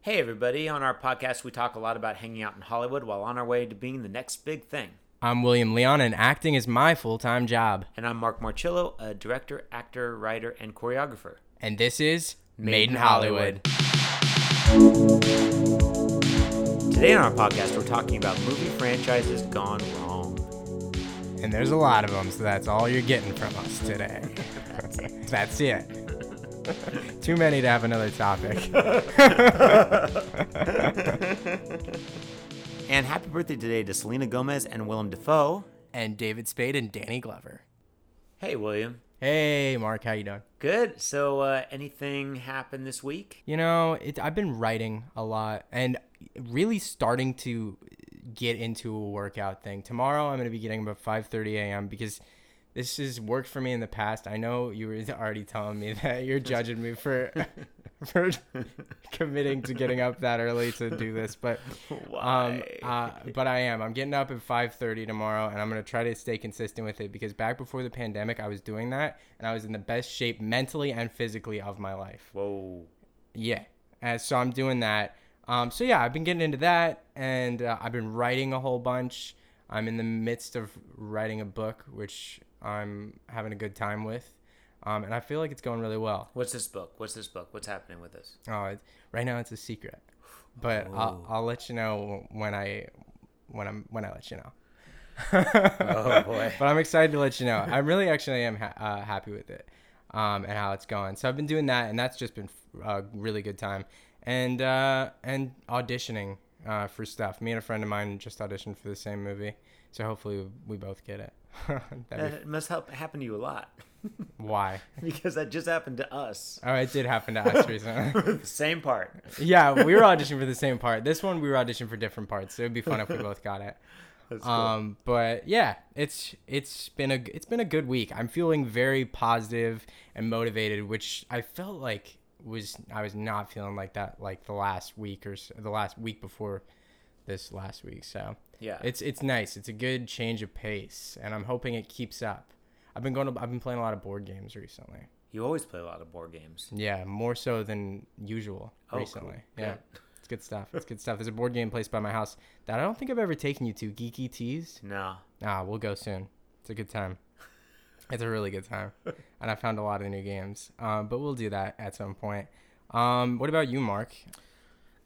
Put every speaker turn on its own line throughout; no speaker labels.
Hey, everybody. On our podcast, we talk a lot about hanging out in Hollywood while on our way to being the next big thing.
I'm William Leon, and acting is my full time job.
And I'm Mark Marchillo, a director, actor, writer, and choreographer.
And this is Made,
Made
in
in
Hollywood.
Today on our podcast, we're talking about movie franchises gone wrong.
And there's a lot of them, so that's all you're getting from us today. that's it. Too many to have another topic.
And happy birthday today to Selena Gomez and Willem Dafoe.
and David Spade and Danny Glover.
Hey, William.
Hey, Mark, how you doing?
Good. So, uh, anything happened this week?
You know, it, I've been writing a lot and really starting to get into a workout thing. Tomorrow, I'm going to be getting up at 5:30 a.m. because this has worked for me in the past. I know you were already telling me that you're judging me for for committing to getting up that early to do this, but um,
Why?
uh, but I am. I'm getting up at 5:30 tomorrow, and I'm gonna try to stay consistent with it because back before the pandemic, I was doing that, and I was in the best shape mentally and physically of my life.
Whoa.
Yeah. Uh, so I'm doing that. Um, so yeah, I've been getting into that, and uh, I've been writing a whole bunch. I'm in the midst of writing a book, which I'm having a good time with, um, and I feel like it's going really well.
What's this book? What's this book? What's happening with this?
Oh, it, right now it's a secret, but I'll, I'll let you know when I when I'm when I let you know. oh
boy.
But I'm excited to let you know. I really actually am ha- uh, happy with it um, and how it's going. So I've been doing that, and that's just been a really good time. And uh, and auditioning uh, for stuff. Me and a friend of mine just auditioned for the same movie, so hopefully we both get it. That'd be,
It must help happen to you a lot
why?
because that just happened to us.
Oh, it did happen to us recently.
Same part.
yeah, we were auditioning for the same part. This one we were auditioning for different parts. So it'd be fun if we both got it.
That's
Um, but yeah, it's it's been a it's been a good week. I'm feeling very positive and motivated, which I felt like was I was not feeling like that like the last week or s the last week before this last week. So
Yeah.
it's it's nice. It's a good change of pace, and I'm hoping it keeps up. I've been going. To, I've been playing a lot of board games recently.
You always play a lot of board games.
Yeah, more so than usual
Oh, cool.
recently. Yeah.
Good.
It's good stuff. It's good stuff. There's a board game place by my house that I don't think I've ever taken you to. Geeky Tees.
No.
Ah, we'll go soon. It's a good time. It's a really good time. And I found a lot of new games. Um, but we'll do that at some point. Um, what about you, Mark?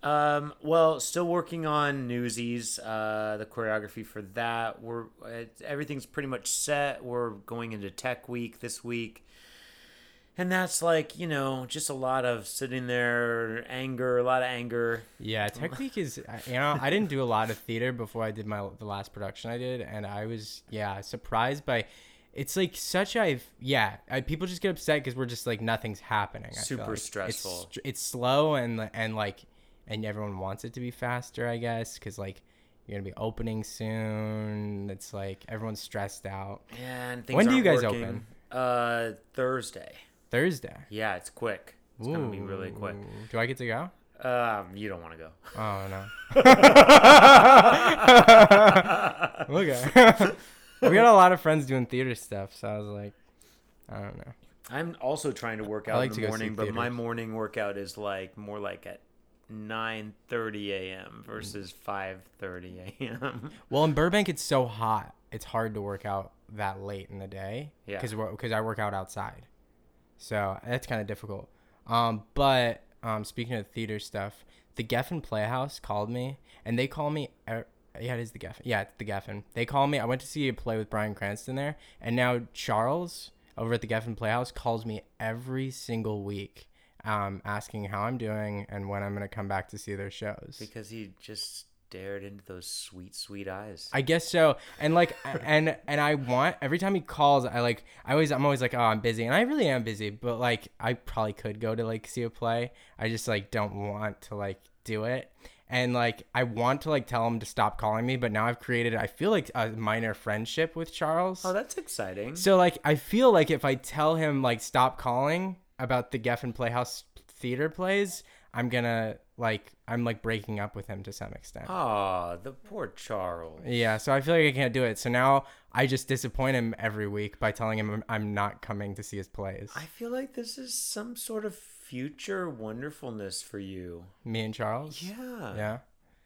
Um, well, still working on Newsies, uh, the choreography for that. We're it, everything's pretty much set. We're going into Tech Week this week, and that's like you know just a lot of sitting there, anger, a lot of anger.
Yeah, Tech Week is I- you know I didn't do a lot of theater before I did my the last production I did, and I was yeah surprised by. It's like such a yeah. I, people just get upset because we're just like nothing's happening. I feel
Super
like. It's
stressful.
str- It's, slow and and like and everyone wants it to be faster, I guess, because like you're gonna be opening soon. It's like everyone's stressed out.
And things
When do
aren't
you guys
working.
open?
Uh, Thursday.
Thursday.
Yeah, it's quick. It's gonna be really quick.
Ooh. Do I get to go?
Um, you don't want to go.
Oh no. Look at We got a lot of friends doing theater stuff, so I was like, I don't know.
I'm also trying to work out
like
in
to
the
go see
morning, but my
theaters.
morning workout is like more like at 9:30 a.m. versus 5:30 a.m.
Well, in Burbank, it's so hot. It's hard to work out that late in the day.
Yeah.
Because I work out outside, so that's kind of difficult. Um, but um, speaking of theater stuff, the Geffen Playhouse called me, and they call me. Er, yeah, it is the Geffen. Yeah, it's the Geffen. They call me. I went to see a play with Brian Cranston there, and now Charles over at the Geffen Playhouse calls me every single week, um, asking how I'm doing and when I'm gonna come back to see their shows.
because he just stared into those sweet, sweet eyes.
I guess so. And like, and and I want every time he calls, I like, I always, I'm always like, oh, I'm busy, and I really am busy. But like, I probably could go to like see a play. I just like don't want to like do it. And like, I want to like tell him to stop calling me, but now I've created, I feel like a minor friendship with Charles.
oh, that's exciting.
So like I feel like if I tell him like stop calling about the Geffen Playhouse theater plays, I'm gonna like I'm like breaking up with him to some extent.
Ah, the poor Charles.
Yeah, so I feel like I can't do it. So now I just disappoint him every week by telling him I'm- I'm not coming to see his plays.
I feel like this is some sort of future wonderfulness for you.
Me and Charles.
Yeah.
Yeah.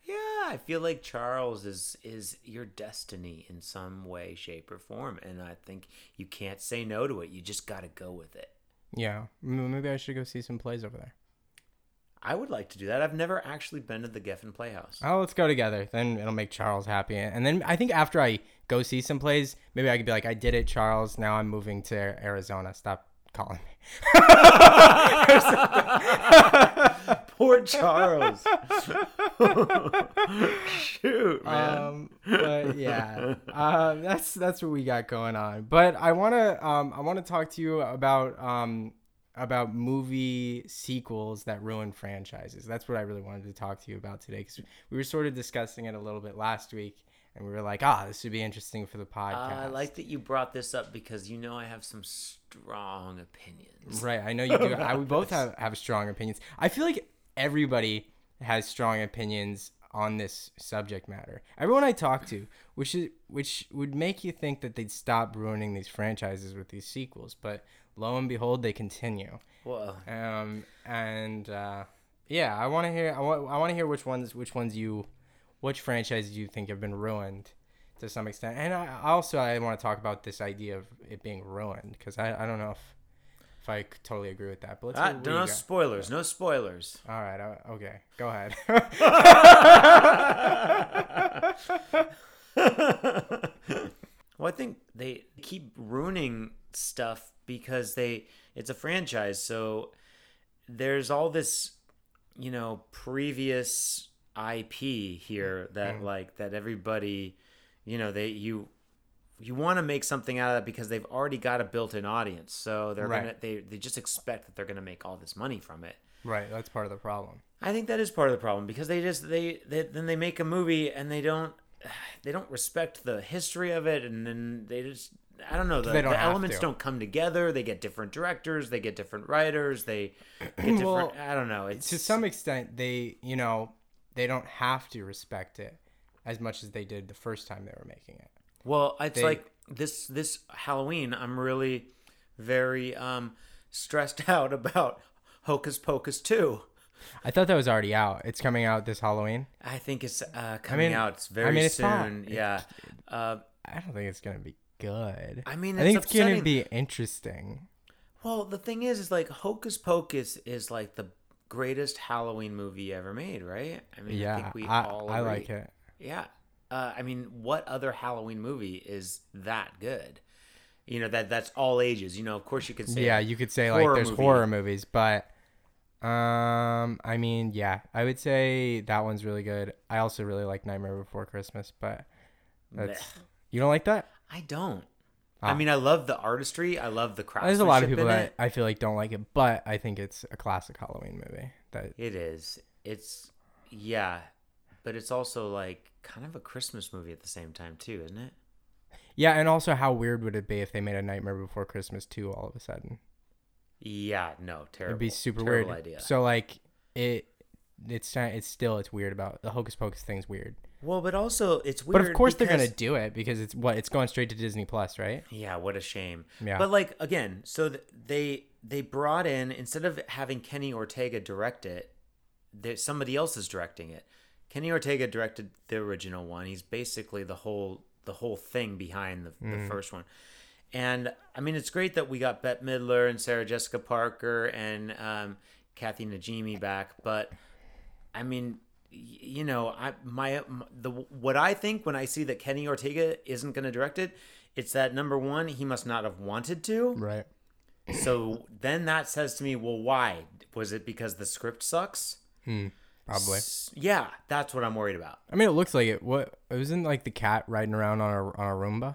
Yeah, I feel like Charles is is your destiny in some way, shape, or form, and I think you can't say no to it. You just got to go with it.
Yeah. M- Maybe I should go see some plays over there.
I would like to do that. I've never actually been to the Geffen Playhouse.
Oh, let's go together. Then it'll make Charles happy. And then I think after I go see some plays, maybe I could be like, I did it, Charles. Now I'm moving to Arizona. Stop calling me.
Poor Charles. Shoot, man.
um, but yeah, uh, that's that's what we got going on. But I wanna um, I wanna talk to you about um, about movie sequels that ruin franchises. That's what I really wanted to talk to you about today because we were sort of discussing it a little bit last week, and we were like, ah, this would be interesting for the podcast.
Uh, I like that you brought this up because you know I have some strong opinions.
Right, I know you do. I, we both have, have strong opinions. I feel like everybody has strong opinions on this subject matter. Everyone I talk to, which is which would make you think that they'd stop ruining these franchises with these sequels, but lo and behold, they continue.
Well,
Um, and uh, yeah, I want to hear. I want. I want to hear which ones. Which ones you, which franchises you think have been ruined, to some extent. And I I also I want to talk about this idea of it being ruined because I, I don't know if if I c- totally agree with that. But let's.
ah,
hear what you
no
got.
spoilers. No spoilers.
All right. I, okay. Go ahead.
Well, I think they keep ruining stuff because they it's a franchise, so there's all this, you know, previous IP here that like that everybody, you know, they you you want to make something out of that because they've already got a built-in audience. So they're
Right.
gonna they they just expect that they're gonna make all this money from it.
right. That's part of the problem.
I think that is part of the problem because they just they, they then they make a movie and they don't they don't respect the history of it and then they just I don't know the,
They don't
the
have
elements
to.
don't come together. They get different directors, they get different writers, they get different.
Well,
I don't know. It's
To some extent, they you know they don't have to respect it as much as they did the first time they were making it.
Well, it's
They-
like this this Halloween. I'm really very um stressed out about Hocus Pocus two.
I thought that was already out. It's coming out this Halloween.
I think it's uh, coming
mean-
out. It's
I
very
mean, it's
soon.
fine.
Yeah. Uh,
I don't think it's gonna be good.
I mean,
I think
it's
it's gonna
upsetting.
be interesting.
Well, the thing is, is like Hocus Pocus is like the greatest Halloween movie ever made, right? I mean,
yeah,
I think we
I,
all
I
agree.
like it.
Yeah, uh, I mean, what other Halloween movie is that good? You know that that's all ages. You know, of course you could say,
Yeah, you could say like
horror
there's
movie.
horror movies, but um, I mean, yeah, I would say that one's really good. I also really like Nightmare Before Christmas, but that's you don't like that.
I don't. I mean, I love the artistry. I love the craftsmanship.
There's a lot of people
in
that
it.
I feel like don't like it, but I think it's a classic Halloween movie. That
It is. It's yeah, but it's also like kind of a Christmas movie at the same time too, isn't it?
yeah, and also how weird would it be if they made a Nightmare Before Christmas two all of a sudden?
Yeah, no, terrible.
It'd be super
terrible
weird.
Idea.
So like it, it's ti- it's still it's weird about the Hocus Pocus thing's weird.
Well, but also it's weird.
But of course they're
because-
gonna do it because it's what it's going straight to Disney Plus, right?
Yeah, what a shame.
Yeah.
But like again, so th- they they brought in instead of having Kenny Ortega direct it, there somebody else is directing it. Kenny Ortega directed the original one. He's basically the whole the whole thing behind the,
Mm.
the first one. And I mean, it's great that we got Bette Midler and Sarah Jessica Parker and um, Kathy Najimy back, but I mean, y- you know, I my m- the what I think when I see that Kenny Ortega isn't going to direct it, it's that number one he must not have wanted to.
Right.
So then that says to me, well, why was it because the script sucks?
Hmm, Probably.
S- Yeah, that's what I'm worried about.
I mean, it looks like it. What it was in like the cat riding around on a on a Roomba.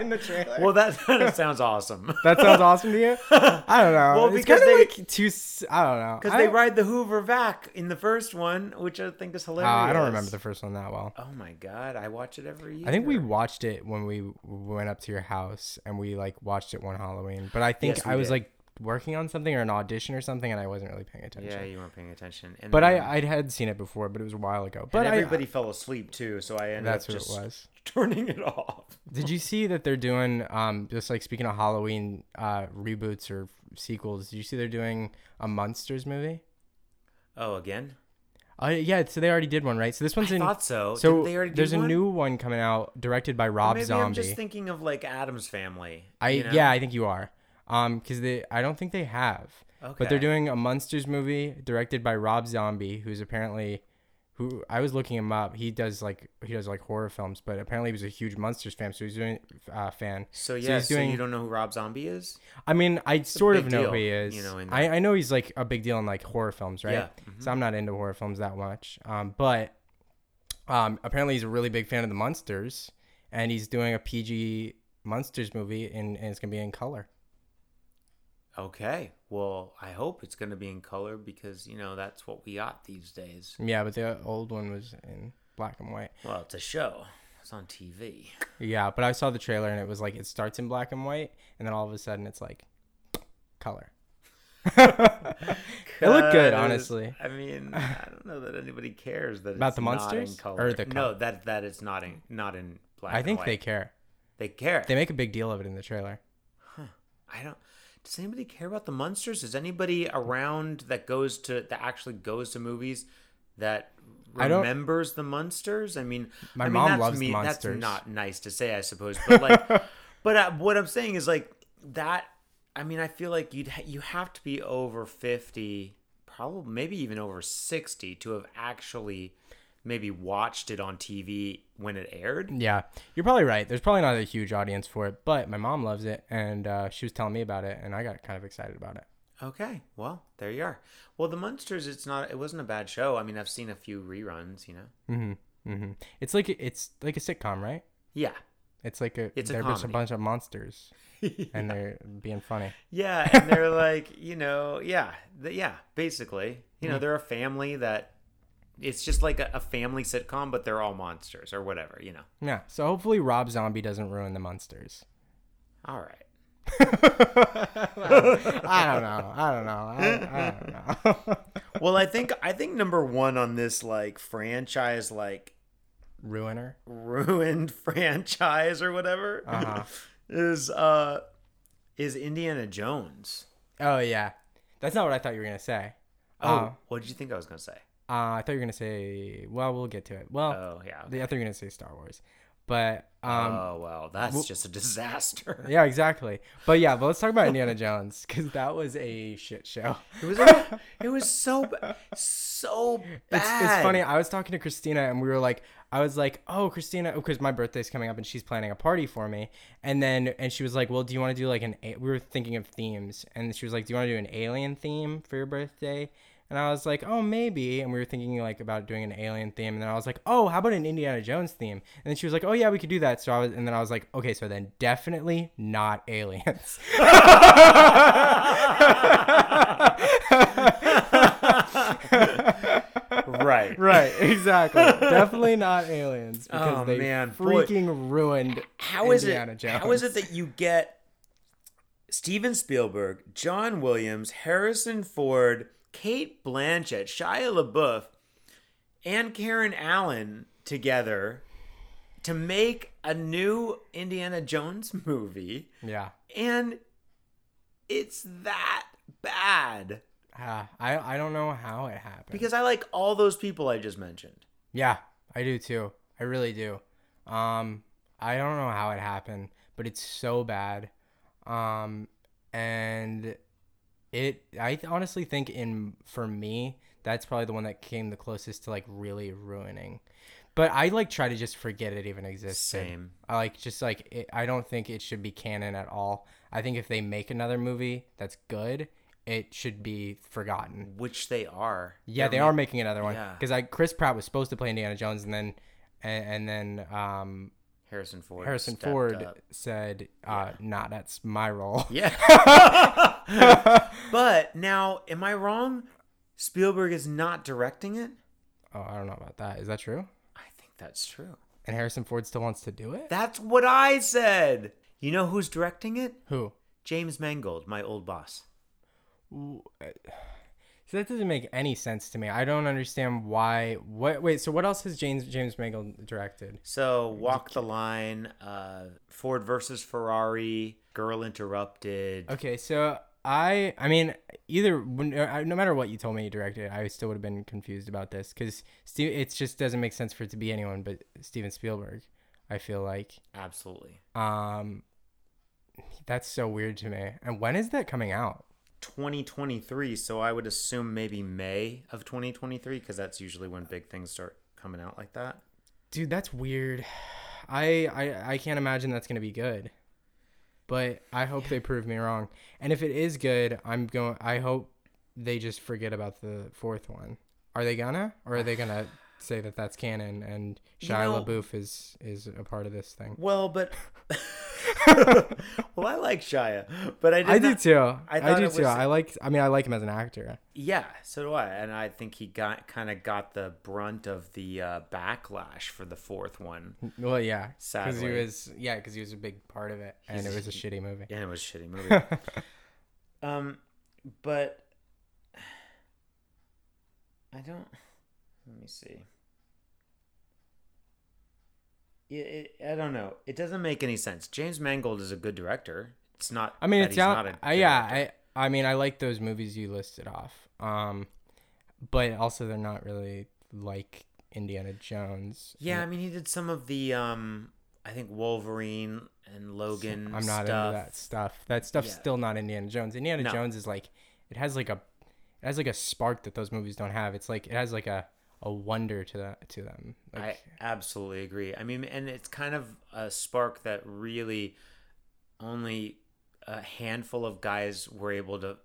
in the trailer.
Well, that, that sounds awesome.
That sounds awesome to you. I don't know.
Well,
Well, it's
because
kind of
they-
like too. s- I don't know.
Because
I
they
don't-
ride the Hoover vac in the first one, which I think is
Uh,
hilarious.
I don't remember the first one that well.
Oh my god, I watch it every year.
I think we watched it when we went up to your house and we like watched it one Halloween. But I think
Yes, we
I was
did.
like working on something or an audition or something, and I wasn't really paying attention.
Yeah, you weren't paying attention. And
But
then-
I I had seen it before, but it was a while ago.
and
But I-
everybody fell asleep too, so I ended
that's
up
what it
just
was.
turning it off.
Did you see that they're doing um just like speaking of Halloween uh reboots or sequels? Did you see they're doing a monsters movie?
Oh, again?
Uh, yeah, so they already did one, right? So this one's
I
in.
thought so.
So
Did they already do
there's a
one?
new one coming out directed by
Or
Rob
Maybe
Zombie.
I'm just thinking of like Adam's Family.
I
you know?
yeah, I think you are. Um, because they I don't think they have. But
Okay.
they're doing a monsters movie directed by Rob Zombie, who's apparently, who I was looking him up. He does like he does like horror films, but apparently he was a huge monsters fan. So he's doing uh, fan.
So
he's
yeah, so,
doing-
you don't know who Rob Zombie is?
I mean, I sort of
big
know
deal,
who he is.
you know, in
I, I know he's like a big deal in like horror films, right?
Yeah, mm-hmm.
So I'm not into horror films that much. Um, but um, apparently he's a really big fan of the monsters, and he's doing a PG monsters movie, and, and it's gonna be in color.
Okay. Well, I hope it's going to be in color because you know that's what we got these days.
Yeah, but the old one was in black and white.
Well, it's a show. It's on TV.
Yeah, but I saw the trailer and it was like it starts in black and white, and then all of a sudden it's like color. it looked good,
'Cause,
honestly.
I mean, I don't know that anybody cares that
About
it's
the
not in
monsters?
color.
Or the
no, that that it's not in not in black.
I
and
think
white.
they care.
they care.
They make a big deal of it in the trailer.
I don't. Does anybody care about the monsters? Is anybody around that goes to that actually goes to movies that
I don't-
remembers the monsters? I mean,
My
I mean,
mom
that's
loves
me,
Monsters.
That's not nice to say, I suppose. But like, but uh, what I'm saying is like that. I mean, I feel like you'd ha- you have to be over fifty, probably maybe even over sixty, to have actually maybe watched it on TV when it aired.
Yeah, you're probably right. There's probably not a huge audience for it, but my mom loves it, and uh, she was telling me about it, and I got kind of excited about it.
Okay, well, there you are. Well, The Munsters, it's not, it wasn't a bad show. I mean, I've seen a few reruns, you know.
Mm-hmm. Mm-hmm. It's like it's like a sitcom, right?
Yeah,
It's like a
It's a
they're just a
comedy.
bunch of monsters, and they're being funny.
yeah, and they're like, you know, yeah, th- yeah, basically, you know, they're a family that it's just like a, a family sitcom, but they're all monsters or whatever, you know.
Yeah. So hopefully Rob Zombie doesn't ruin the monsters.
All right.
I don't know. I don't know. I, I don't know.
Well, I think I think number one on this like franchise, like
Ruiner.
ruined franchise or whatever,
Uh-huh.
is uh is Indiana Jones.
Oh yeah, that's not what I thought you were gonna say.
Oh,
Uh,
what did you think I was gonna say?
Uh, I thought you were gonna say. Well, we'll get to it. Well,
Oh yeah.
I thought you were gonna say Star Wars, but um,
oh well, that's just a disaster.
yeah, exactly. But yeah, but let's talk about Indiana Jones because that was a shit show.
It was a- it was so ba- so bad.
It's, it's funny. I was talking to Christina, and we were like, I was like, "Oh, Christina, because my birthday's coming up, and she's planning a party for me." And then, and she was like, "Well, do you want to do like an?" A-? We were thinking of themes, and she was like, "Do you want to do an alien theme for your birthday?" And I was like, "Oh, maybe." And we were thinking like about doing an alien theme, and then I was like, "Oh, how about an Indiana Jones theme?" And then she was like, "Oh yeah, we could do that." So I was, and then I was like, "Okay, so then definitely not aliens."
right.
Right, exactly. Definitely not aliens because
Oh,
they
man, boy.
freaking ruined
How is
Indiana
it?
Jones.
How is it that you get Steven Spielberg, John Williams, Harrison Ford, Kate Blanchett, Shia LaBeouf, and Karen Allen together to make a new Indiana Jones movie?
Yeah,
and it's that bad
Ah, I I don't know how it happened.
because I like all those people I just mentioned.
yeah, I do too. I really do. Um, I don't know how it happened, but it's so bad. Um, and it I th- honestly think in for me that's probably the one that came the closest to like really ruining. But I like try to just forget it even existed.
Same.
I like just like it, I don't think it should be canon at all. I think if they make another movie that's good, it should be forgotten.
Which they are.
Yeah, they
They're
are making another one
yeah.
because I Chris Pratt was supposed to play Indiana Jones, and then and, and then um,
Harrison Ford.
Harrison
stepped
Ford
up.
said, uh, "Nah, that's my role." Oh,
Yeah. but now, am I wrong? Spielberg is not directing it.
Oh, I don't know about that. Is that true?
I think that's true.
And Harrison Ford still wants to do it.
That's what I said. You know who's directing it?
Who?
James Mangold, my old boss.
w-
uh,
so that doesn't make any sense to me. I don't understand why. What? Wait. So what else has James James Mangold directed?
So Walk the Line, uh, Ford versus Ferrari, Girl Interrupted.
Okay. So I. I mean, either when- uh, no matter what you told me you directed, I still would have been confused about this because Steve. It just doesn't make sense for it to be anyone but Steven Spielberg. I feel like.
Absolutely.
Um. That's so weird to me. And when is that coming out?
2023, so I would assume maybe May of 2023 because that's usually when big things start coming out like that.
dude that's weird I, I i can't imagine that's gonna be good but i hope they prove me wrong and if it is good i'm going i hope they just forget about the fourth one are they gonna or are they gonna say that that's canon and
You
shia
know-
labeouf is is a part of this thing
Well, but well, I like Shia, but I did
i do
not-
too
I
i,
thought
do
it
too
was-
i like i mean i like him as an actor
Yeah, so do I, and I think he got kind of got the brunt of the uh, backlash for the fourth one,
well yeah because he
Sadly.
was yeah because he was a big part of it and it was a shitty movie
and it was a shitty movie. um, but I don't. Let me see. It, it, I don't know. It doesn't make any sense. James Mangold is a good director. It's not.
I mean,
that
it's
he's
not.
a
I,
good
yeah,
actor.
I. I mean, I like those movies you listed off. Um, but also they're not really like Indiana Jones.
Yeah, I mean, he did some of the. Um, I think Wolverine and Logan.
I'm not
stuff.
into that stuff. That stuff's
Yeah.
still not Indiana Jones. Indiana
No.
Jones is like, it has like a, it has like a spark that those movies don't have. It's like it has like a a wonder to that to them.
I
Like,
absolutely agree. I mean, and it's kind of a spark that really only a handful of guys were able to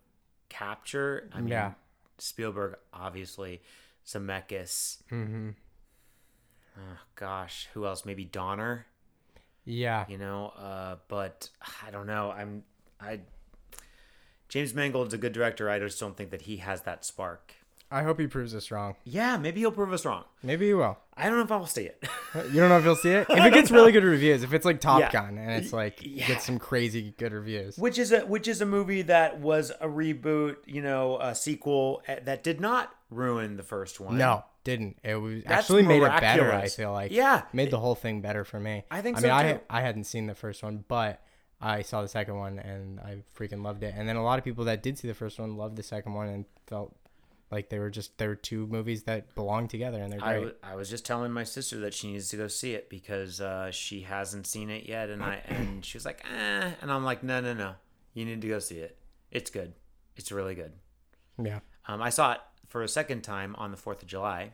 capture. I mean,
Yeah.
Spielberg, obviously, Zemeckis.
hmm
Oh, gosh, who else? Maybe Donner.
Yeah.
You know, uh, but I don't know. I'm I. James Mangold's a good director. I just don't think that he has that spark.
I hope he proves us wrong.
Yeah, maybe he'll prove us wrong.
Maybe he will.
I don't know if I'll see it.
You don't know if you'll see it. If it gets really good reviews, if it's like Top
Yeah.
Gun and it's like
Yeah.
gets some crazy good reviews.
which is a which is a movie that was a reboot, you know, a sequel eh, that did not ruin the first one.
No, didn't. It was actually made it better. I
miraculous.
feel like
Yeah.
made the whole thing better for me.
I think
I
so,
mean, I
too.
I hadn't seen the first one, but I saw the second one and I freaking loved it. And then a lot of people that did see the first one loved the second one and felt like they were just they were two movies that belong together and they're
I,
great.
w- I was just telling my sister that she needs to go see it because uh, she hasn't seen it yet, and I and she was like, eh, and I'm like, no, no, no, you need to go see it. It's good. It's really good.
yeah,
Um, I saw it for a second time on the 4th of July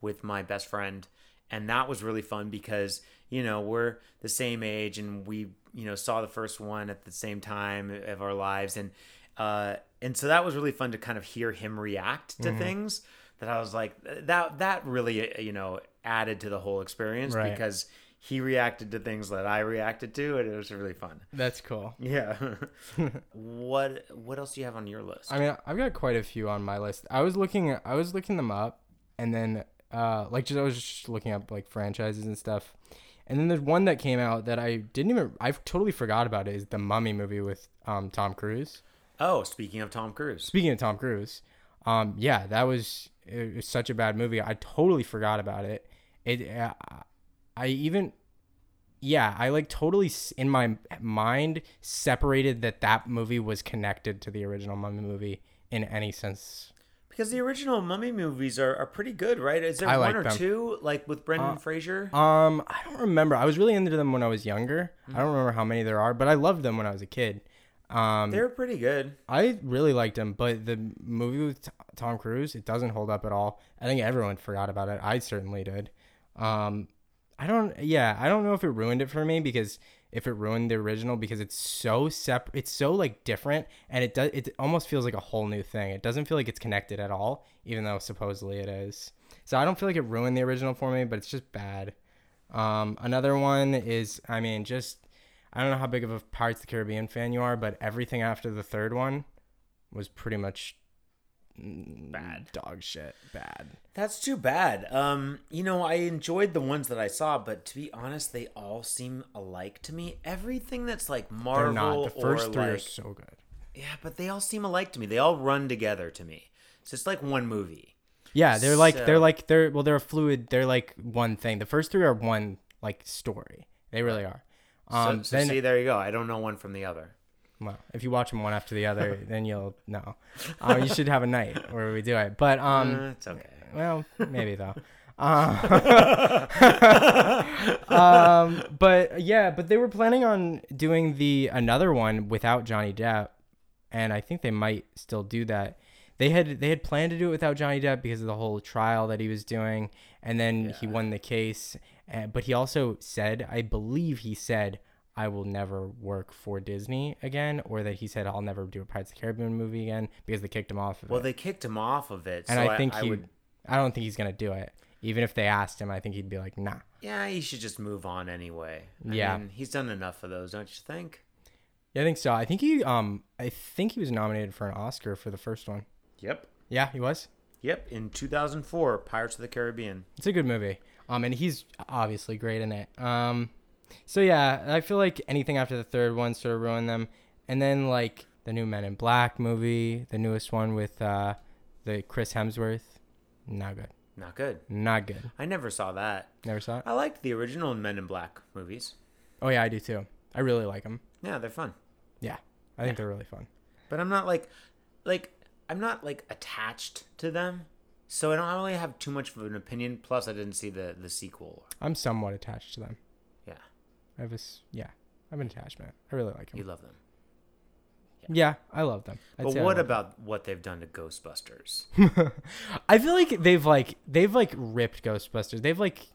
with my best friend. And that was really fun because, you know, we're the same age and we, you know, saw the first one at the same time of our lives. And, uh, and so that was really fun to kind of hear him react
Mm-hmm.
to things that I was like, that, that really, uh, you know, added to the whole experience
Right.
because he reacted to things that I reacted to. And it was really fun.
that's cool.
Yeah. what, what else do you have on your list?
I mean, I've got quite a few on my list. I was looking, I was looking them up, and then uh, like just I was just looking up like franchises and stuff, and then there's one that came out that I didn't even, I totally forgot about it. Is the Mummy movie with um Tom Cruise?
oh, speaking of Tom Cruise.
Speaking of Tom Cruise, um, yeah, that was it was such a bad movie. I totally forgot about it. It, uh, I even, yeah, I like totally s- in my mind separated that that movie was connected to the original Mummy movie in any sense
Because the original Mummy movies are, are pretty good, right? Is there
I
one
like
or
them. Uh,
two, like with Brendan Fraser?
Um, I don't remember. I was really into them when I was younger. I don't remember how many there are, but I loved them when I was a kid. Um,
They're pretty good.
I really liked them, but the movie with T- Tom Cruise, it doesn't hold up at all. I think everyone forgot about it. I certainly did. Um, I don't. Yeah, I don't know if it ruined it for me because if it ruined the original because it's so separate, it's so like different, and it does. It almost feels like a whole new thing. It doesn't feel like it's connected at all, even though supposedly it is. So I don't feel like it ruined the original for me, but it's just bad. Um, another one is, I mean, just I don't know how big of a Pirates of the Caribbean fan you are, but everything after the third one was pretty much mm,
Bad.
dog shit, bad.
That's too bad. Um, you know, I enjoyed the ones that I saw, but to be honest, they all seem alike to me. Everything that's like
They're
Marvel
not. The first
or
three are
like
so good.
Yeah, but they all seem alike to me. They all run together to me. It's just like one movie.
Yeah, they're like
So-
they're like they're well they're a fluid. They're like one thing. The first three are one like story. They really are. Um,
so so
then
see, there you go. I don't know one from the other.
well, if you watch them one after the other, then you'll know. Uh, you should have a night where we do it. But um,
Uh, it's okay.
well, maybe though. Uh, um, but yeah, but they were planning on doing the another one without Johnny Depp, and I think they might still do that. They had they had planned to do it without Johnny Depp because of the whole trial that he was doing, and then he won the case. Uh, but he also said, I believe he said, I will never work for Disney again, or that he said, I'll never do a Pirates of the Caribbean movie again because they kicked him off. Of it
Well, they kicked him off of it.
and
so
I think
I,
he,
would.
I don't think he's gonna do it. Even if they asked him, I think he'd be like, nah.
Yeah, he should just move on anyway. I
Yeah.
mean, he's done enough of those, don't you think?
Yeah, I think so. I think he, um, I think he was nominated for an Oscar for the first one.
Yep.
Yeah, he was.
Yep. In 2004, Pirates of the Caribbean.
It's a good movie. Um, and he's obviously great in it. Um, so yeah, I feel like anything after the third one sort of ruined them. And then like the new Men in Black movie, the newest one with uh, the Chris Hemsworth, not good,
Not good.
not good.
I never saw that.
Never saw it.
I liked the original Men in Black movies.
Oh yeah, I do too. I really like him.
Yeah, they're fun.
Yeah, I think they're really fun.
But I'm not like, like I'm not like attached to them, so I don't really have too much of an opinion. Plus, I didn't see the the sequel.
I'm somewhat attached to them.
Yeah,
I have a s- yeah. I have an attachment. I really like him.
you love them.
yeah, I love them. I'd
But
say I
what
love
about what they've done to Ghostbusters?
them. I feel like they've like they've like ripped Ghostbusters. They've like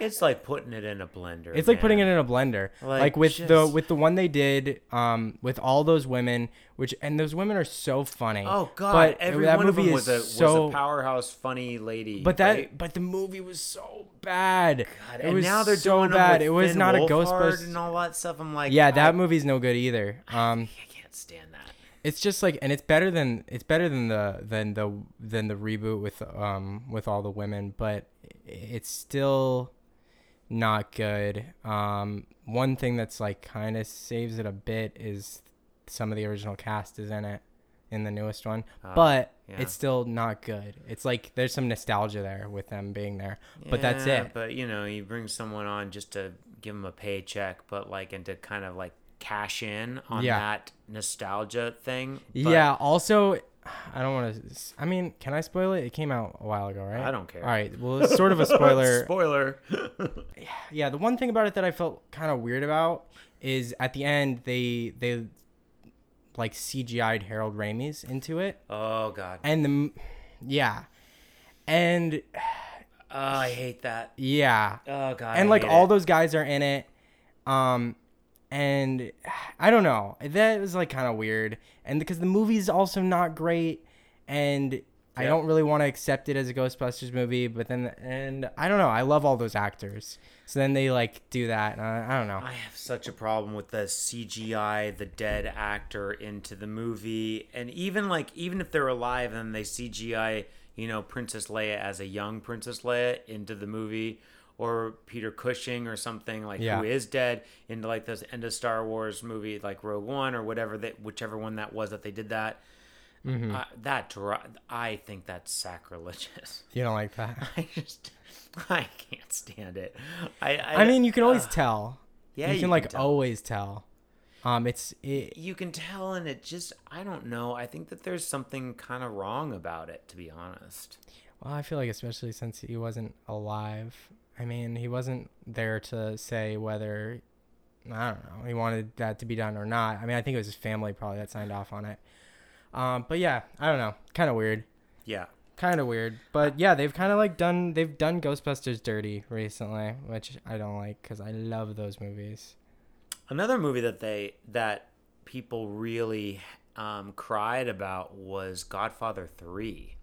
it's like putting it in a blender.
it's like putting it
man.
in a blender.
Like,
Like, with the
just-
with the one they did um with all those women, which and those women are so funny.
Oh God!
But
Every
that
one of
movie
them was
is
a
so.
was a powerhouse, funny lady.
but that
right?
but the movie was so bad.
God,
it
and
was
now they're
so
doing 'em
bad.
with
It was
Finn
not
Wolfhard
a Ghostbusters.
and all that stuff. I'm like,
yeah, that
I,
movie's no good either. Um,
I can't stand that.
it's just like and it's better than it's better than the than the than the reboot with um with all the women but i- it's still not good um one thing that's like kind of saves it a bit is some of the original cast is in it in the newest one but
Ah, yeah.
it's still not good it's like there's some nostalgia there with them being there but that's
Yeah,
it
But you know, you bring someone on just to give them a paycheck, but like and to kind of like cash in on
Yeah.
that nostalgia thing. But
yeah also i don't want to i mean can i spoil it it came out a while ago right
I don't care.
all right well it's sort of a spoiler
Spoiler.
yeah the one thing about it that i felt kind of weird about is at the end they they like cgi'd harold ramis into it
oh god,
and the m- yeah and
oh, I hate that.
yeah
Oh god,
and
I
like
hate
all
it.
those guys are in it um and i don't know that was like kind of weird and because the movie's also not great and i
Yeah.
don't really want to accept it as a ghostbusters movie but then and i don't know i love all those actors so then they like do that and i, I don't know
I have such a problem with the CGI, the dead actor into the movie, and even like even if they're alive and they CGI, you know, Princess Leia as a young Princess Leia into the movie, or Peter Cushing or something like
Yeah.
who is dead into like this end of Star Wars movie, like Rogue One or whatever that whichever one that was that they did that.
Mm-hmm.
Uh, that dri- I think that's sacrilegious.
You don't like that.
I just I can't stand it. I I,
I mean, you can always tell.
yeah,
you
you
can like
can tell.
always tell. Um, it's it,
you can tell and it just i don't know i think that there's something kind of wrong about it to be honest
well, I feel like especially since he wasn't alive. I mean, he wasn't there to say whether I don't know he wanted that to be done or not. I mean, I think it was his family probably that signed off on it. Um, but yeah, I don't know. Kind of weird.
yeah
Kind of weird. But yeah, they've kind of like done they've done Ghostbusters dirty recently, which I don't like because I love those movies.
another movie that they that people really um, cried about was godfather 3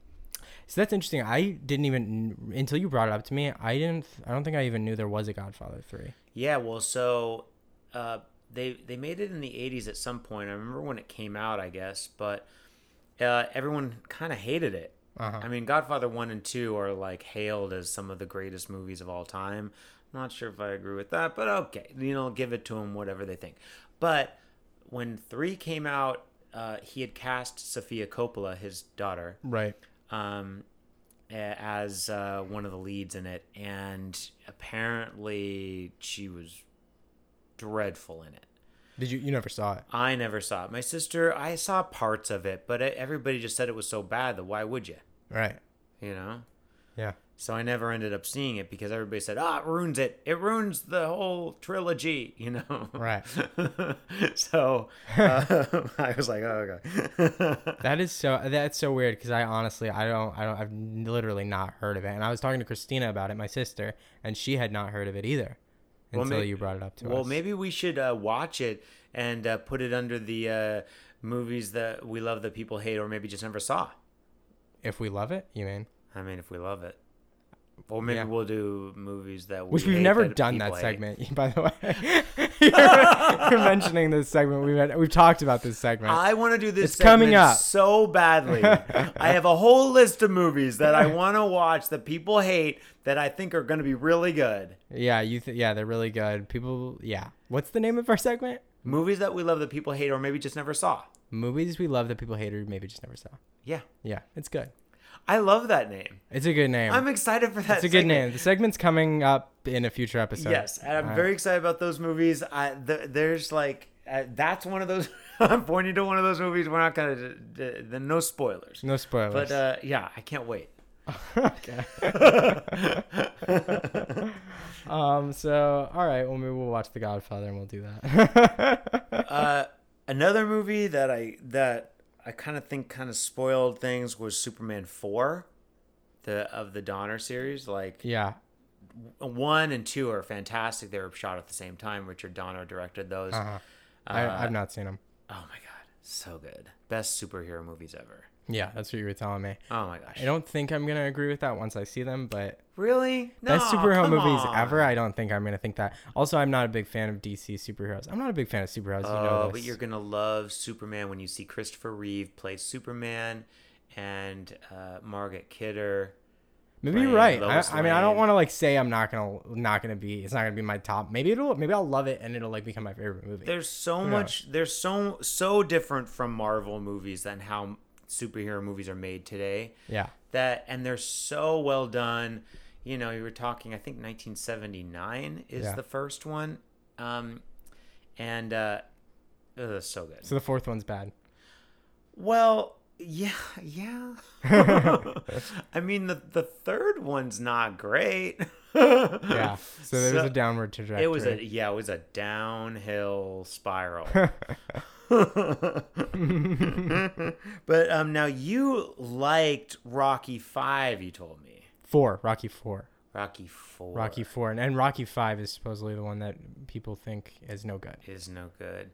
So that's interesting. I didn't even until you brought it up to me. I didn't. I don't think I even knew there was a Godfather three.
yeah well so uh, they they made it in the 80s at some point i remember when it came out i guess but uh, everyone kind of hated it
Uh-huh.
I mean, Godfather one and two are like hailed as some of the greatest movies of all time. I'm not sure if I agree with that, but okay, you know, give it to them whatever they think. But when three came out, uh, he had cast Sophia Coppola, his daughter,
Right.
um, a- as uh, one of the leads in it, and apparently she was dreadful in it.
Did you you never saw it?
I never saw it. My sister, I saw parts of it, but e- everybody just said it was so bad that why would you?
Right.
You know.
Yeah.
So I never ended up seeing it because everybody said, "Ah, it ruins it. It ruins the whole trilogy," you know.
Right.
so uh, I was like, "Oh god."
That is so that's so weird because I honestly I don't I don't I've n- literally not heard of it. And I was talking to Christina about it, my sister, and she had not heard of it either
Well,
until
may-
you brought it up to
well,
us.
maybe we should uh, watch it and uh, put it under the uh, movies that we love that people hate, or maybe just never saw.
if we love it, you mean?
I mean, if we love it, or maybe
Yeah.
we'll do movies that we
Which we've
hate
never done that
people hate.
segment, by the way. you're, you're mentioning this segment. We've had, we've talked about this segment.
I want to do this
It's coming
segment
up.
so badly. I have a whole list of movies that I want to watch that people hate that I think are going to be really good.
yeah, you th- yeah, they're really good. People yeah. What's the name of our segment?
Movies that we love that people hate or maybe just never saw.
Movies we love that people hate or maybe just never saw.
Yeah.
Yeah, it's good.
I love that name.
It's a good name.
I'm excited for that.
it's a good
segment.
name. The segment's coming up in a future episode.
Yes, and I'm
Uh,
very excited about those movies. I, th- there's like uh, that's one of those. I'm pointing to one of those movies. We're not gonna. d- d- the- no spoilers.
No spoilers.
But uh, yeah, I can't wait.
okay. um. So, all right. Well, maybe we'll watch The Godfather and we'll do that.
Uh, another movie that I that I kind of think kind of spoiled things was Superman four, the of the Donner series. Like
yeah.
one and two are fantastic. They were shot at the same time. Richard Donner directed those.
Uh-huh. I,
Uh,
I've not seen them.
Oh my god, so good! Best superhero movies ever.
Yeah, that's what you were telling me.
Oh my gosh.
I don't think I'm gonna agree with that once I see them, but
Really? No,
best superhero
come
movies
on.
ever. I don't think I'm gonna think that. Also, I'm not a big fan of DC superheroes. I'm not a big fan of superheroes.
Oh,
you know this.
but you're gonna love Superman when you see Christopher Reeve play Superman and uh, Margaret Kidder.
Maybe you're
Lane,
right. I,
Lois
I mean, I don't
Lane.
want to like say I'm not gonna not gonna be. It's not gonna be my top. Maybe it'll. Maybe I'll love it and it'll like become my favorite movie.
There's so
Who
much. They're so so different from Marvel movies than how superhero movies are made today.
yeah.
That and they're so well done. You know, you were talking. I think 1979 is
Yeah.
the first one, um, and uh, ugh, so good.
So the fourth one's bad.
Well, yeah, yeah. I mean, the the third one's not great.
Yeah.
yeah.
So there's a downward trajectory.
It was a yeah, it was a downhill spiral. but um, now you liked Rocky Five. You told me
four. Rocky four.
Rocky Four.
Rocky four, and, and Rocky five is supposedly the one that people think is no good.
is no good.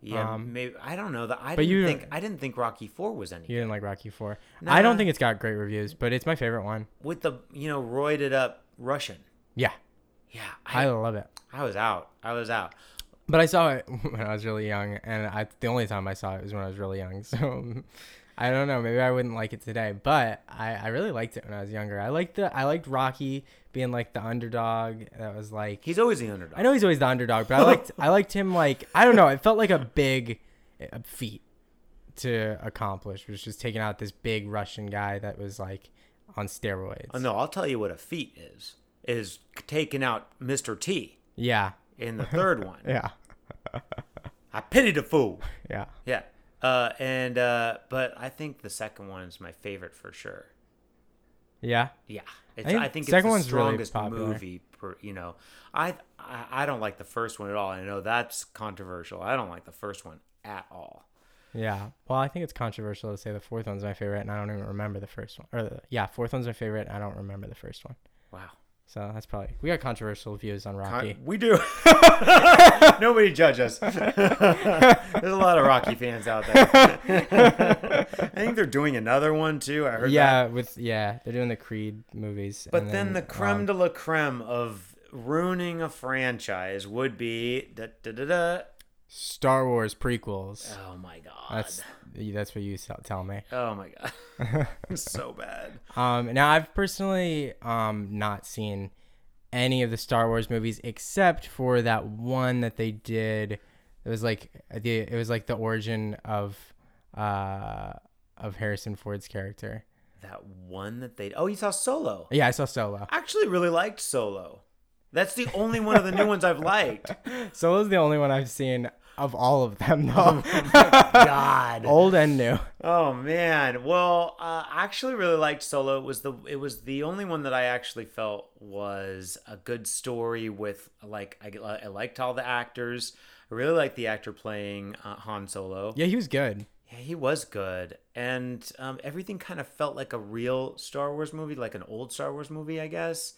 Yeah,
Um,
maybe I don't know. That I
but
didn't
you-
think I didn't think Rocky Four was any
You didn't like Rocky four. I don't
Nah.
think it's got great reviews, but it's my favorite one.
with the you know roided up Russian.
Yeah,
Yeah,
I, love it.
I was out. I was out.
But I saw it when I was really young, and I the only time I saw it was when I was really young. So I don't know. Maybe I wouldn't like it today, but I, I really liked it when I was younger. I liked the I liked Rocky being like the underdog. That was like
He's always the underdog.
I know he's always the underdog, but I liked I liked him like I don't know. It felt like a big uh, feat to accomplish, was just taking out this big Russian guy that was like on steroids.
Oh, no, I'll tell you what a feat is is taking out Mr. T
Yeah,
in the third one.
yeah,
I pity the fool.
yeah.
Yeah. Uh, and uh, but I think the second one is my favorite for sure.
Yeah,
Yeah, it's,
I think
I think
the
it's
second
the
one's really
strongest
popular.
movie. Per, you know, I, I I don't like the first one at all. I know that's controversial. I don't like the first one at all.
yeah. Well, I think it's controversial to say the fourth one's my favorite, and I don't even remember the first one. Or the, yeah, fourth one's my favorite, and I don't remember the first one.
Wow.
So that's probably we got controversial views on Rocky.
I- we do. Nobody judge us. There's a lot of Rocky fans out there. I think they're doing another one too. I heard that.
yeah, with yeah, they're doing the Creed movies.
But
and
then, the creme
um,
de la creme of ruining a franchise would be da, da, da, da.
Star Wars prequels.
Oh my god.
That's that's what you sell- tell me.
oh my god. so bad.
Um, now I've personally um not seen any of the Star Wars movies except for that one that they did It was like the it was like the origin of uh of Harrison Ford's character.
That one that they oh you saw Solo.
Yeah, I saw Solo.
I actually really liked Solo. That's the only one of the new ones I've liked.
Solo's the only one I've seen of all of them though.
God.
Old and new.
Oh man. Well, uh, I actually really liked Solo. It was the it was the only one that I actually felt was a good story with like I, I liked all the actors. I really liked the actor playing uh, Han Solo.
Yeah, he was good.
Yeah, he was good, and um, everything kind of felt like a real Star Wars movie, like an old Star Wars movie. I guess.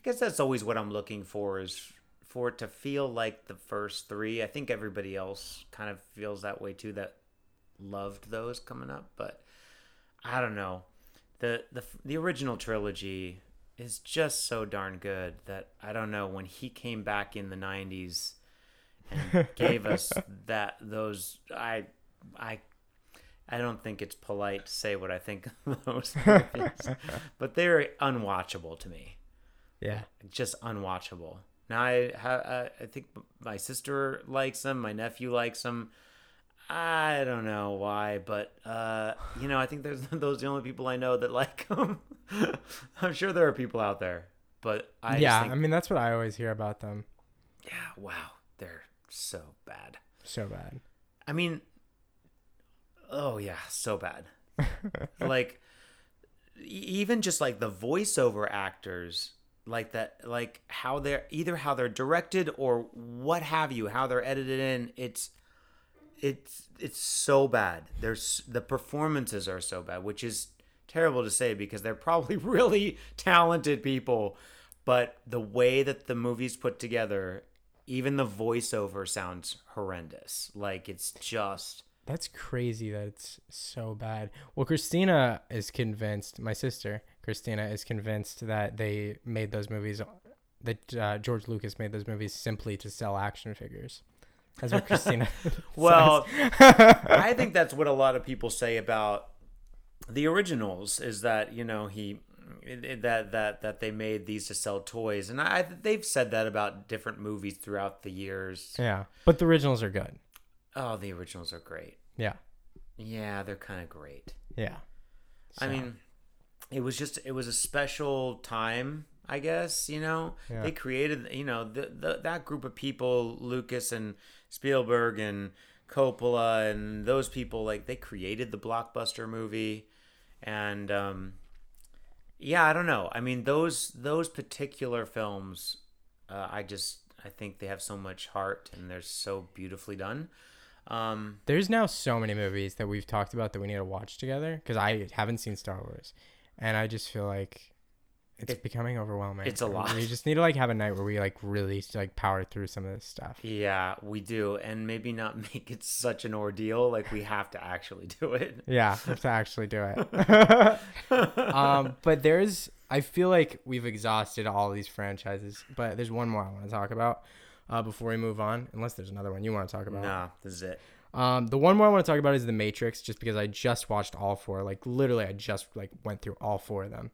I guess that's always what I'm looking for is for it to feel like the first three. I think everybody else kind of feels that way too. That loved those coming up, but I don't know. the the The original trilogy is just so darn good that I don't know when he came back in the '90s and gave us that those I I I don't think it's polite to say what I think of those movies, but they're unwatchable to me.
Yeah.
Just unwatchable. Now I ha- uh, I think my sister likes them, my nephew likes them. I don't know why, but uh, you know, I think there's those are the only people I know that like them. I'm sure there are people out there, but I
yeah,
just think,
I mean that's what I always hear about them.
yeah, wow, they're so bad.
So bad.
I mean, oh yeah, so bad. like e- even just like the voiceover actors, like that, like how they're either how they're directed or what have you, how they're edited in. It's it's it's so bad. There's the performances are so bad, which is terrible to say because they're probably really talented people, but the way that the movie's put together, even the voiceover sounds horrendous. Like it's just
That's crazy that it's so bad. Well, Christina is convinced, my sister, Christina, is convinced that they made those movies, that uh, George Lucas made those movies simply to sell action figures. That's what Christina.
Well,
says.
I think that's what a lot of people say about the originals is that you know he that that that they made these to sell toys, and I they've said that about different movies throughout the years.
yeah. But the originals are good.
Oh, the originals are great.
Yeah.
Yeah, they're kind of great.
Yeah.
I mean, it was just it was a special time, I guess. You know,
Yeah.
they created you know the, the that group of people, Lucas and Spielberg and Coppola and those people, like they created the blockbuster movie, and um, yeah, I don't know. I mean, those those particular films, uh, I just I think they have so much heart and they're so beautifully done. Um,
There's now so many movies that we've talked about that we need to watch together because I haven't seen Star Wars, and I just feel like it's
It-
becoming overwhelming.
it's a lot.
We just need to like have a night where we like really like power through some of this stuff.
Yeah, we do, and maybe not make it such an ordeal. Like we have to actually do it.
Yeah, we have to actually do it. um, but there's, I feel like we've exhausted all these franchises, but there's one more I want to talk about uh, before we move on, unless there's another one you want to talk about.
Nah, this is it.
Um, the one more I want to talk about is The Matrix, just because I just watched all four. Like literally, I just like went through all four of them.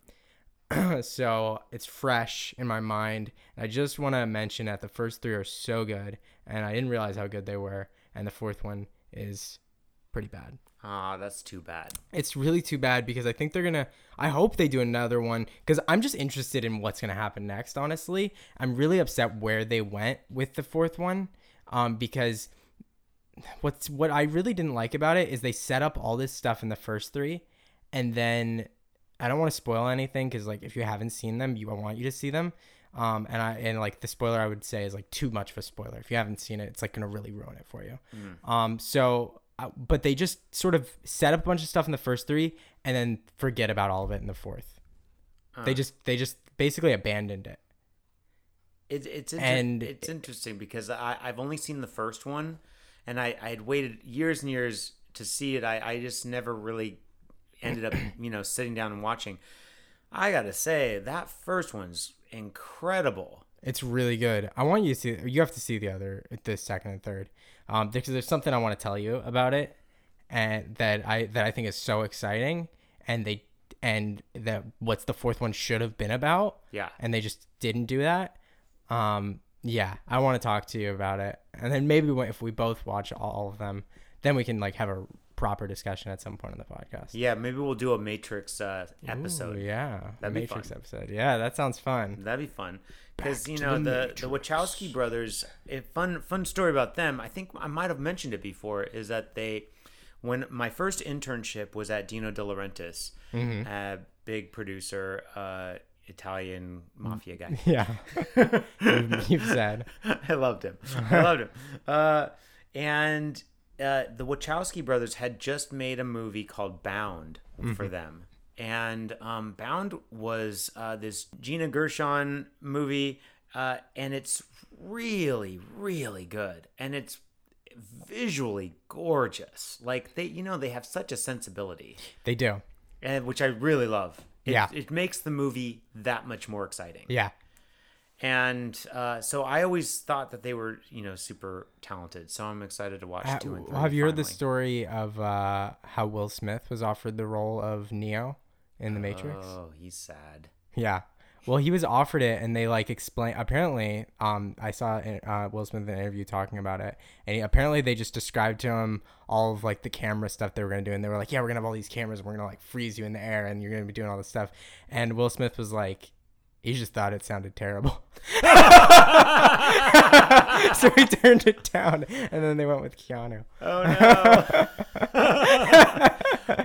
so it's fresh in my mind. And I just want to mention that the first three are so good, and I didn't realize how good they were. And the fourth one is pretty bad.
Ah, that's too bad.
It's really too bad because I think they're gonna. I hope they do another one because I'm just interested in what's gonna happen next. Honestly, I'm really upset where they went with the fourth one, um, because what's what I really didn't like about it is they set up all this stuff in the first three, and then I don't want to spoil anything because like if you haven't seen them, you I want you to see them. Um, and I and like the spoiler I would say is like too much of a spoiler. If you haven't seen it, it's like gonna really ruin it for you. Um, so I- but they just sort of set up a bunch of stuff in the first three and then forget about all of it in the fourth. They just they just basically abandoned it.
It, it's inter-
And-
it's interesting because I I've only seen the first one, and I I had waited years and years to see it. I I just never really ended up you know sitting down and watching. I gotta say that first one's incredible.
It's really good. I want you to see. You have to see the other, the second and third, um, because there's something I want to tell you about it, and that I that I think is so exciting, and they and that what's the fourth one should have been about,
Yeah.
and they just didn't do that. Um, Yeah, I want to talk to you about it, and then maybe when- if we both watch all of them, then we can like have a proper discussion at some point in the podcast.
Yeah, maybe we'll do a Matrix uh, episode.
Ooh, yeah,
That'd be
Matrix
fun.
episode. Yeah, that sounds fun.
That'd be fun. Because
Back
you
to
know
the
the the, Wachowski brothers. It, fun fun story about them. I think I might have mentioned it before. Is that they, when my first internship was at Dino De Laurentiis,
Mm-hmm.
a big producer, uh, Italian
Mm.
mafia guy.
Yeah, You've- you've said.
I loved him. I loved him. Uh, and uh, the Wachowski brothers had just made a movie called Bound for them. And um, Bound was uh, this Gina Gershon movie, uh, and it's really, really good. And it's visually gorgeous. Like they, you know, they have such a sensibility,
They do.
and which I really love. It,
Yeah.
it makes the movie that much more exciting
Yeah,
and uh, so I always thought that they were, you know, super talented. So I'm excited to watch
Ha-
two and three.
Uh, have you heard the
finally.
story of uh, how Will Smith was offered the role of Neo in The Matrix?
Oh, he's sad.
Yeah. Well, he was offered it, and they like explain. Apparently, um, I saw uh, Will Smith in an interview talking about it, and he, apparently they just described to him all of like the camera stuff they were gonna do, and they were like, "Yeah, we're gonna have all these cameras, and we're gonna like freeze you in the air, and you're gonna be doing all this stuff." And Will Smith was like, "He just thought it sounded terrible, so he turned it down." And then they went with Keanu.
Oh no.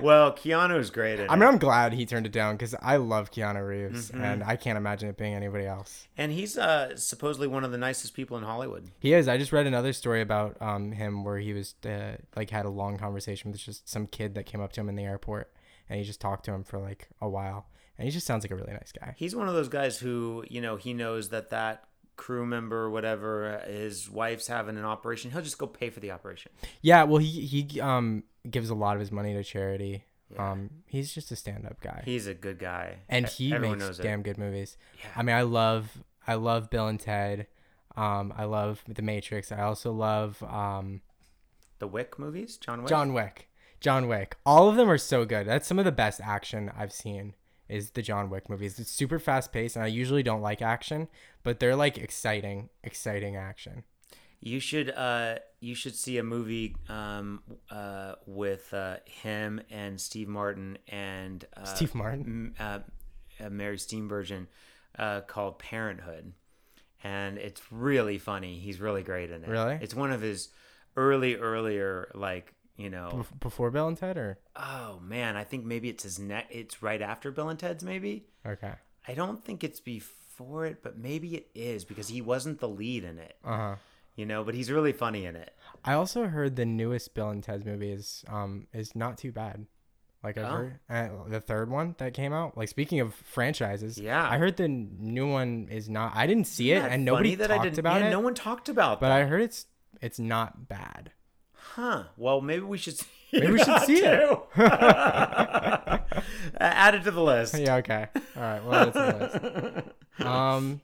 well, Keanu's great at
I
it,
mean, I'm glad he turned it down because I love Keanu Reeves, and I can't imagine it being anybody else.
and he's uh, supposedly one of the nicest people in Hollywood.
He is. I just read another story about um him where he was uh, like had a long conversation with just some kid that came up to him in the airport, and he just talked to him for like a while, and he just sounds like a really nice guy.
He's one of those guys who, you know, he knows that that crew member, or whatever, uh, his wife's having an operation. He'll just go pay for the operation.
Yeah. Well, he he um gives a lot of his money to charity. Um, he's just a stand up guy,
He's a good guy,
and
E-
he
everyone
makes
knows it.
damn good movies.
Yeah.
I mean, I love I love Bill and Ted. Um, I love The Matrix. I also love um
The Wick movies, John Wick.
John Wick. John Wick. All of them are so good. That's some of the best action I've seen is the John Wick movies. It's super fast paced and I usually don't like action, but they're like exciting, exciting action.
You should uh you should see a movie um uh with uh him and Steve Martin and uh,
Steve
M-
Martin.
uh, uh, Mary Steenburgen uh called Parenthood. And it's really funny. He's really great in it.
Really?
It's one of his early earlier like, you know,
Bef- Before Bill and Ted or
oh man, I think maybe it's his net it's right after Bill and Ted's maybe.
okay.
I don't think it's before it, but maybe it is because he wasn't the lead in it.
Uh-huh.
You know, but he's really funny in it.
I also heard the newest Bill and Ted's movie is um is not too bad. Like I've
Oh.
heard uh, the third one that came out. Like speaking of franchises,
Yeah.
I heard the n- new one is not. I didn't see it,
Isn't that
and nobody
funny that
talked
I didn't,
about
yeah,
it.
No one talked about
but
that.
I heard it's it's not bad.
Huh. Well, maybe we should. See
Maybe we should
that
see it.
too. Uh, Add it to the list.
Yeah, okay. All right. Well, that's a list. Um,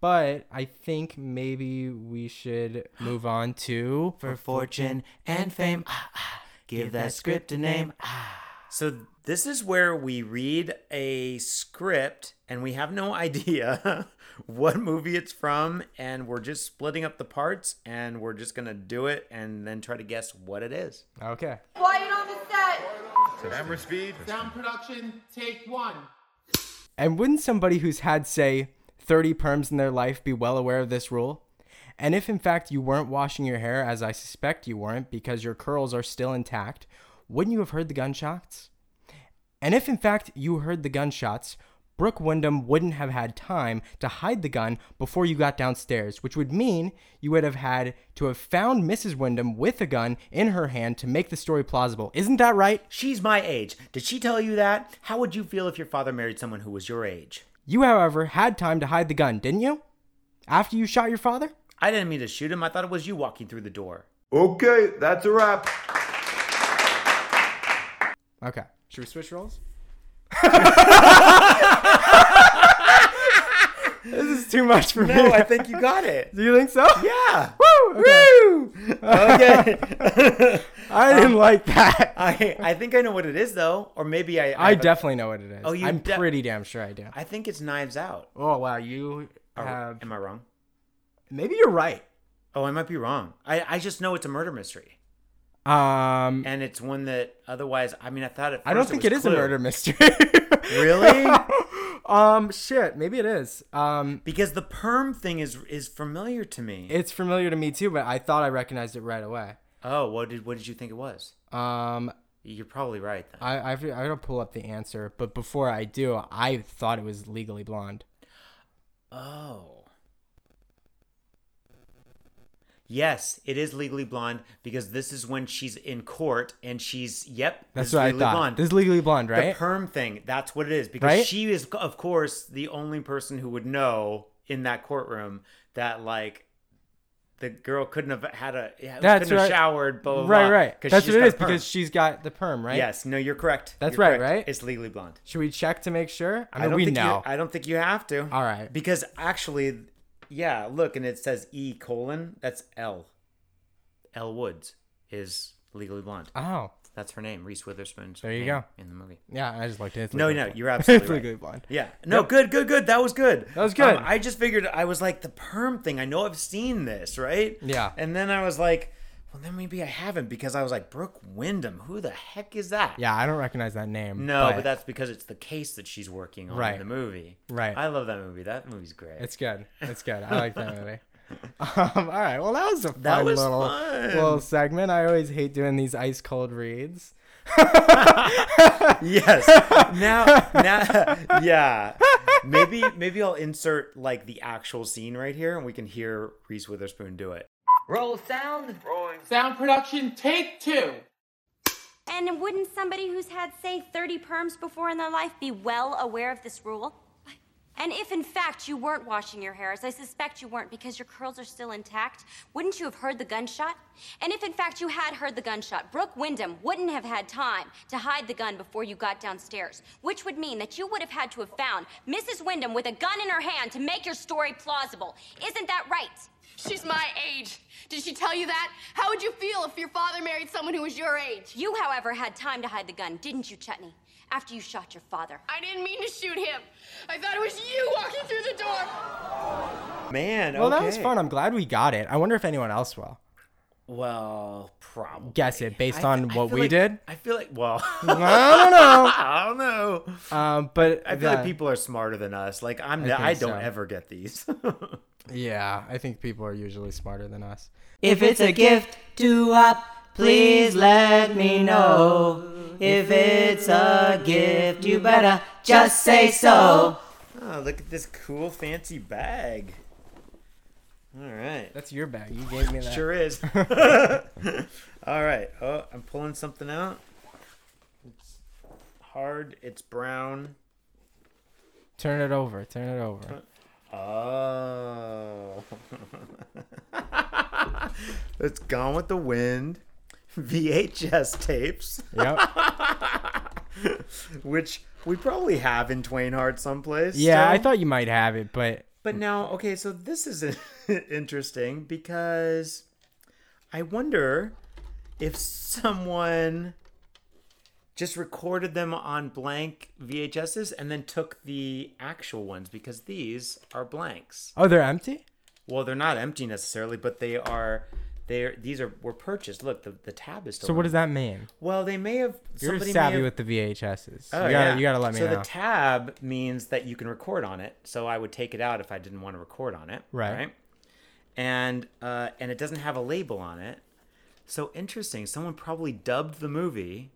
but I think maybe we should move on to.
For fortune and fame, ah, give that script a name. ah. So this is where we read a script and we have no idea what movie it's from, and we're just splitting up the parts, and we're just gonna do it, and then try to guess what it is.
Okay.
Quiet on the set!
Camera speed.
Sound production, take one.
And wouldn't somebody who's had, say, 30 perms in their life be well aware of this rule? And if in fact you weren't washing your hair, as I suspect you weren't because your curls are still intact, wouldn't you have heard the gunshots? And if in fact you heard the gunshots, Brooke Wyndham wouldn't have had time to hide the gun before you got downstairs, which would mean you would have had to have found Mrs. Wyndham with a gun in her hand to make the story plausible. Isn't that right?
She's my age. Did she tell you that? How would you feel if your father married someone who was your age?
You, however, had time to hide the gun, didn't you? After you shot your father?
I didn't mean to shoot him. I thought it was you walking through the door.
Okay, that's a wrap.
Okay. Should we switch roles? this is too much for me.
Oh, think you got it.
Do you think so?
Yeah.
Woo! Woo!
Okay. Uh,
I didn't like that. I,
I, I think I know what it is though, or maybe I. have a-
definitely know what it is. Oh,
you
I'm
de-
pretty damn sure I do.
I think it's Knives Out.
oh wow, you
Or-
have
am I wrong?
Maybe you're right.
Oh, I might be wrong. I, I just know it's a murder mystery,
Um,
and it's one that otherwise. I mean, I thought at
I don't
first
think
was
it is a
Clue.
murder mystery.
Really?
um, shit. Maybe it is. Um,
because the perm thing is is familiar to me.
it's familiar to me too, but I thought I recognized it right away.
oh, what did what did you think it was?
Um,
You're probably right then.
I I've, I gotta pull up the answer, but before I do, I thought it was Legally Blonde.
Oh. Yes, it is Legally Blonde because this is when she's in court and she's yep. this
That's
is
what I
Legally
thought.
Blonde.
This is Legally Blonde, right?
The perm thing. That's what it is because
Right?
she is, of course, the only person who would know in that courtroom that like the girl couldn't have had a yeah,
That's
couldn't
right.
have showered. Blah, blah,
right,
blah,
right.
'cause
That's
she's
what it
got
is
a perm.
because she's got the perm, right?
Yes, no, you're correct.
That's
You're
right,
correct.
right?
It's Legally Blonde.
Should we check to make sure? I mean,
don't
we
think
know.
You, I don't think you have to.
All right.
Because actually, yeah. Look, and it says E colon. That's L. L Woods is legally blonde.
oh,
That's her name, Reese Witherspoon.
There you go.
In the movie.
yeah. I just looked. It's
No,
Legally
no,
Blonde.
you're absolutely
it's
right.
Legally Blonde.
Yeah. No, good, good, good. That was good. That
was good.
I just figured I was like the perm thing. I know I've seen this, right?
Yeah.
And then I was like, well, then maybe I haven't because I was like Brooke Wyndham. Who the heck is that?
Yeah, I don't recognize that name.
No, but, that's because it's the case that she's working on
Right.
in the movie.
Right.
I love that movie. That movie's great.
It's good. It's good. I like that movie. Um, all right. Well, that was a fun
That was
little
fun.
little segment. I always hate doing these ice cold reads.
yes. Now, now, yeah. Maybe, maybe I'll insert like the actual scene right here, and we can hear Reese Witherspoon do it.
Roll sound.
Sound production, take two.
And wouldn't somebody who's had, say, 30 perms before in their life be well aware of this rule? And if in fact you weren't washing your hair, as I suspect you weren't because your curls are still intact, wouldn't you have heard the gunshot? And if in fact you had heard the gunshot, Brooke Wyndham wouldn't have had time to hide the gun before you got downstairs, which would mean that you would have had to have found Mrs. Wyndham with a gun in her hand to make your story plausible. Isn't that right?
She's my age. Did she tell you that? How would you feel if your father married someone who was your age?
You, however, had time to hide the gun, didn't you, Chutney? After you shot your father.
I didn't mean to shoot him. I thought it was you walking through the door.
Man,
Well,
okay.
that was fun. I'm glad we got it. I wonder if anyone else will
Well, probably.
guess it based
I-
on
I
what
feel
we
like-
did.
I feel like, well,
I don't know.
I don't know.
Um, but
I feel like
the-
people are smarter than us. Like I'm,
think
I, don't
so.
ever get these. Oh,
Yeah, I think people are usually smarter than us.
If it's a gift to up, please let me know. If it's a gift, you better just say so.
oh, look at this cool fancy bag. All right.
That's your bag. You gave me that.
Sure is. All right. Oh, I'm pulling something out. It's hard. It's brown.
Turn it over. Turn it over.
Oh. it's gone with the wind. VHS tapes,
Yep.
which we probably have in Twain Hard someplace.
Yeah, I
still.
thought you might have it, but
But now, okay, so this is interesting because I wonder if someone just recorded them on blank VHSs and then took the actual ones because these are blanks.
oh, they're empty.
Well, they're not empty necessarily, but they are. They are these are were purchased. Look, the, the tab is still.
So what
on.
does that mean?
Well, they may have.
You're
somebody may
savvy
have-
with the VHSs.
Oh,
you gotta,
yeah.
you gotta let me
so
know.
the tab means that you can record on it. So I would take it out if I didn't want to record on it.
Right.
And uh, and it doesn't have a label on it. So interesting. Someone probably dubbed the movie,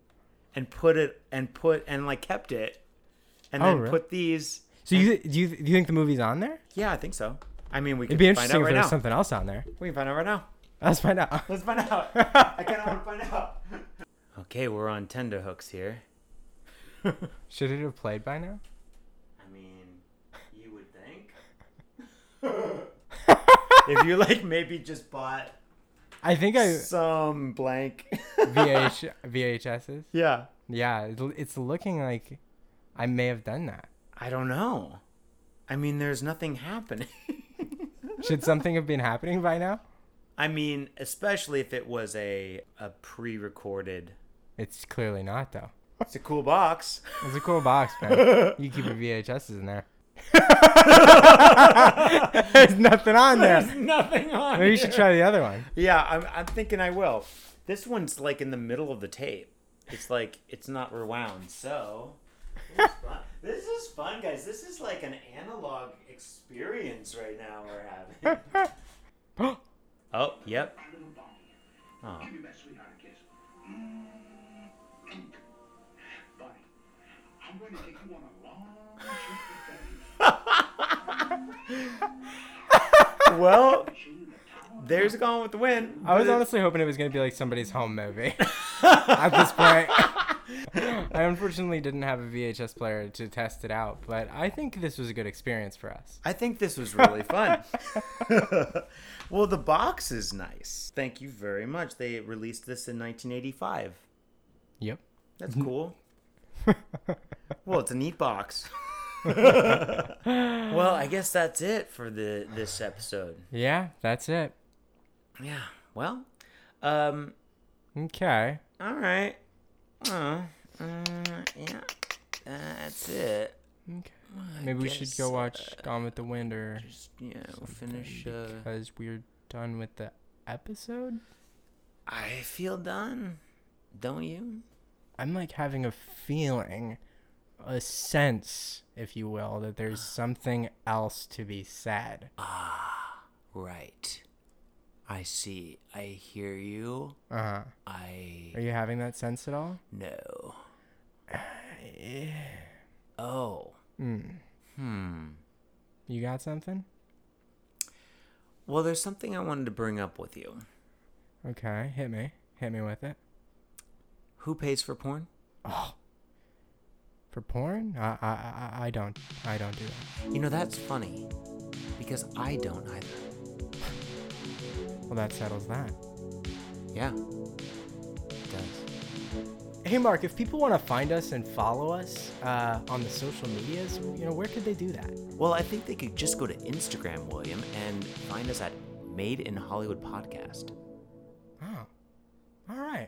and put it and put and like kept it, and
Oh,
then
really?
put these.
so you do you do you think the movie's on there?
Yeah, I think so. I mean, we can
It'd be
find
interesting
out
if
right
there
now.
was something else on there.
We can find out right now.
Let's find out.
Let's find out. I kind of want to find out. Okay, we're on tender hooks here.
Should it have played by now?
I mean, you would think. if you like maybe just bought
I think I
some blank.
VH, VHSs.
yeah.
Yeah, it, it's looking like I may have done that.
I don't know. I mean, there's nothing happening.
Should something have been happening by now?
I mean, especially if it was a a pre-recorded.
It's clearly not though.
It's a cool box.
It's a cool box, man. You keep your VHSs in there. There's nothing on there.
Nothing on.
Maybe you should
here.
try the other one.
Yeah, I'm, I'm thinking I will. This one's like in the middle of the tape. It's like it's not rewound. So this is fun. this is fun, guys. This is like an analog experience right now we're having. oh, yep. Oh. Mm, Well, there's gone with the wind.
I was honestly hoping it was gonna be like somebody's home movie. At this point, I unfortunately didn't have a VHS player to test it out, but I think this was a good experience for us.
I think this was really fun. well, the box is nice. Thank you very much. They released this in 1985.
Yep.
That's cool. well, it's a neat box. well, I guess that's it for the this episode.
Yeah, that's it.
Yeah. Well, um,
Okay.
all right. Uh, uh, yeah, that's it.
Okay. Maybe we should go
guess,
watch Gone with the Wind or
Just, you know, finish. Uh,
because we're done with the episode.
I feel done. Don't you?
I'm like having a feeling, a sense, if you will, that there's something else to be said.
Right. I see. I hear you.
Uh huh.
I
Are you having that sense at all?
know. oh.
You got something?
Well, there's something I wanted to bring up with you.
Okay, hit me. Hit me with it.
Who pays for porn?
For porn? I I I, I don't. I don't do that.
You know, that's funny because I don't either.
Well, that settles that.
Yeah. It does.
Hey, Mark. If people want to find us and follow us uh, on the social medias, you know, where could they do that?
Well, I think they could just go to Instagram, William, and find us at Made in Hollywood Podcast.
Oh, all right.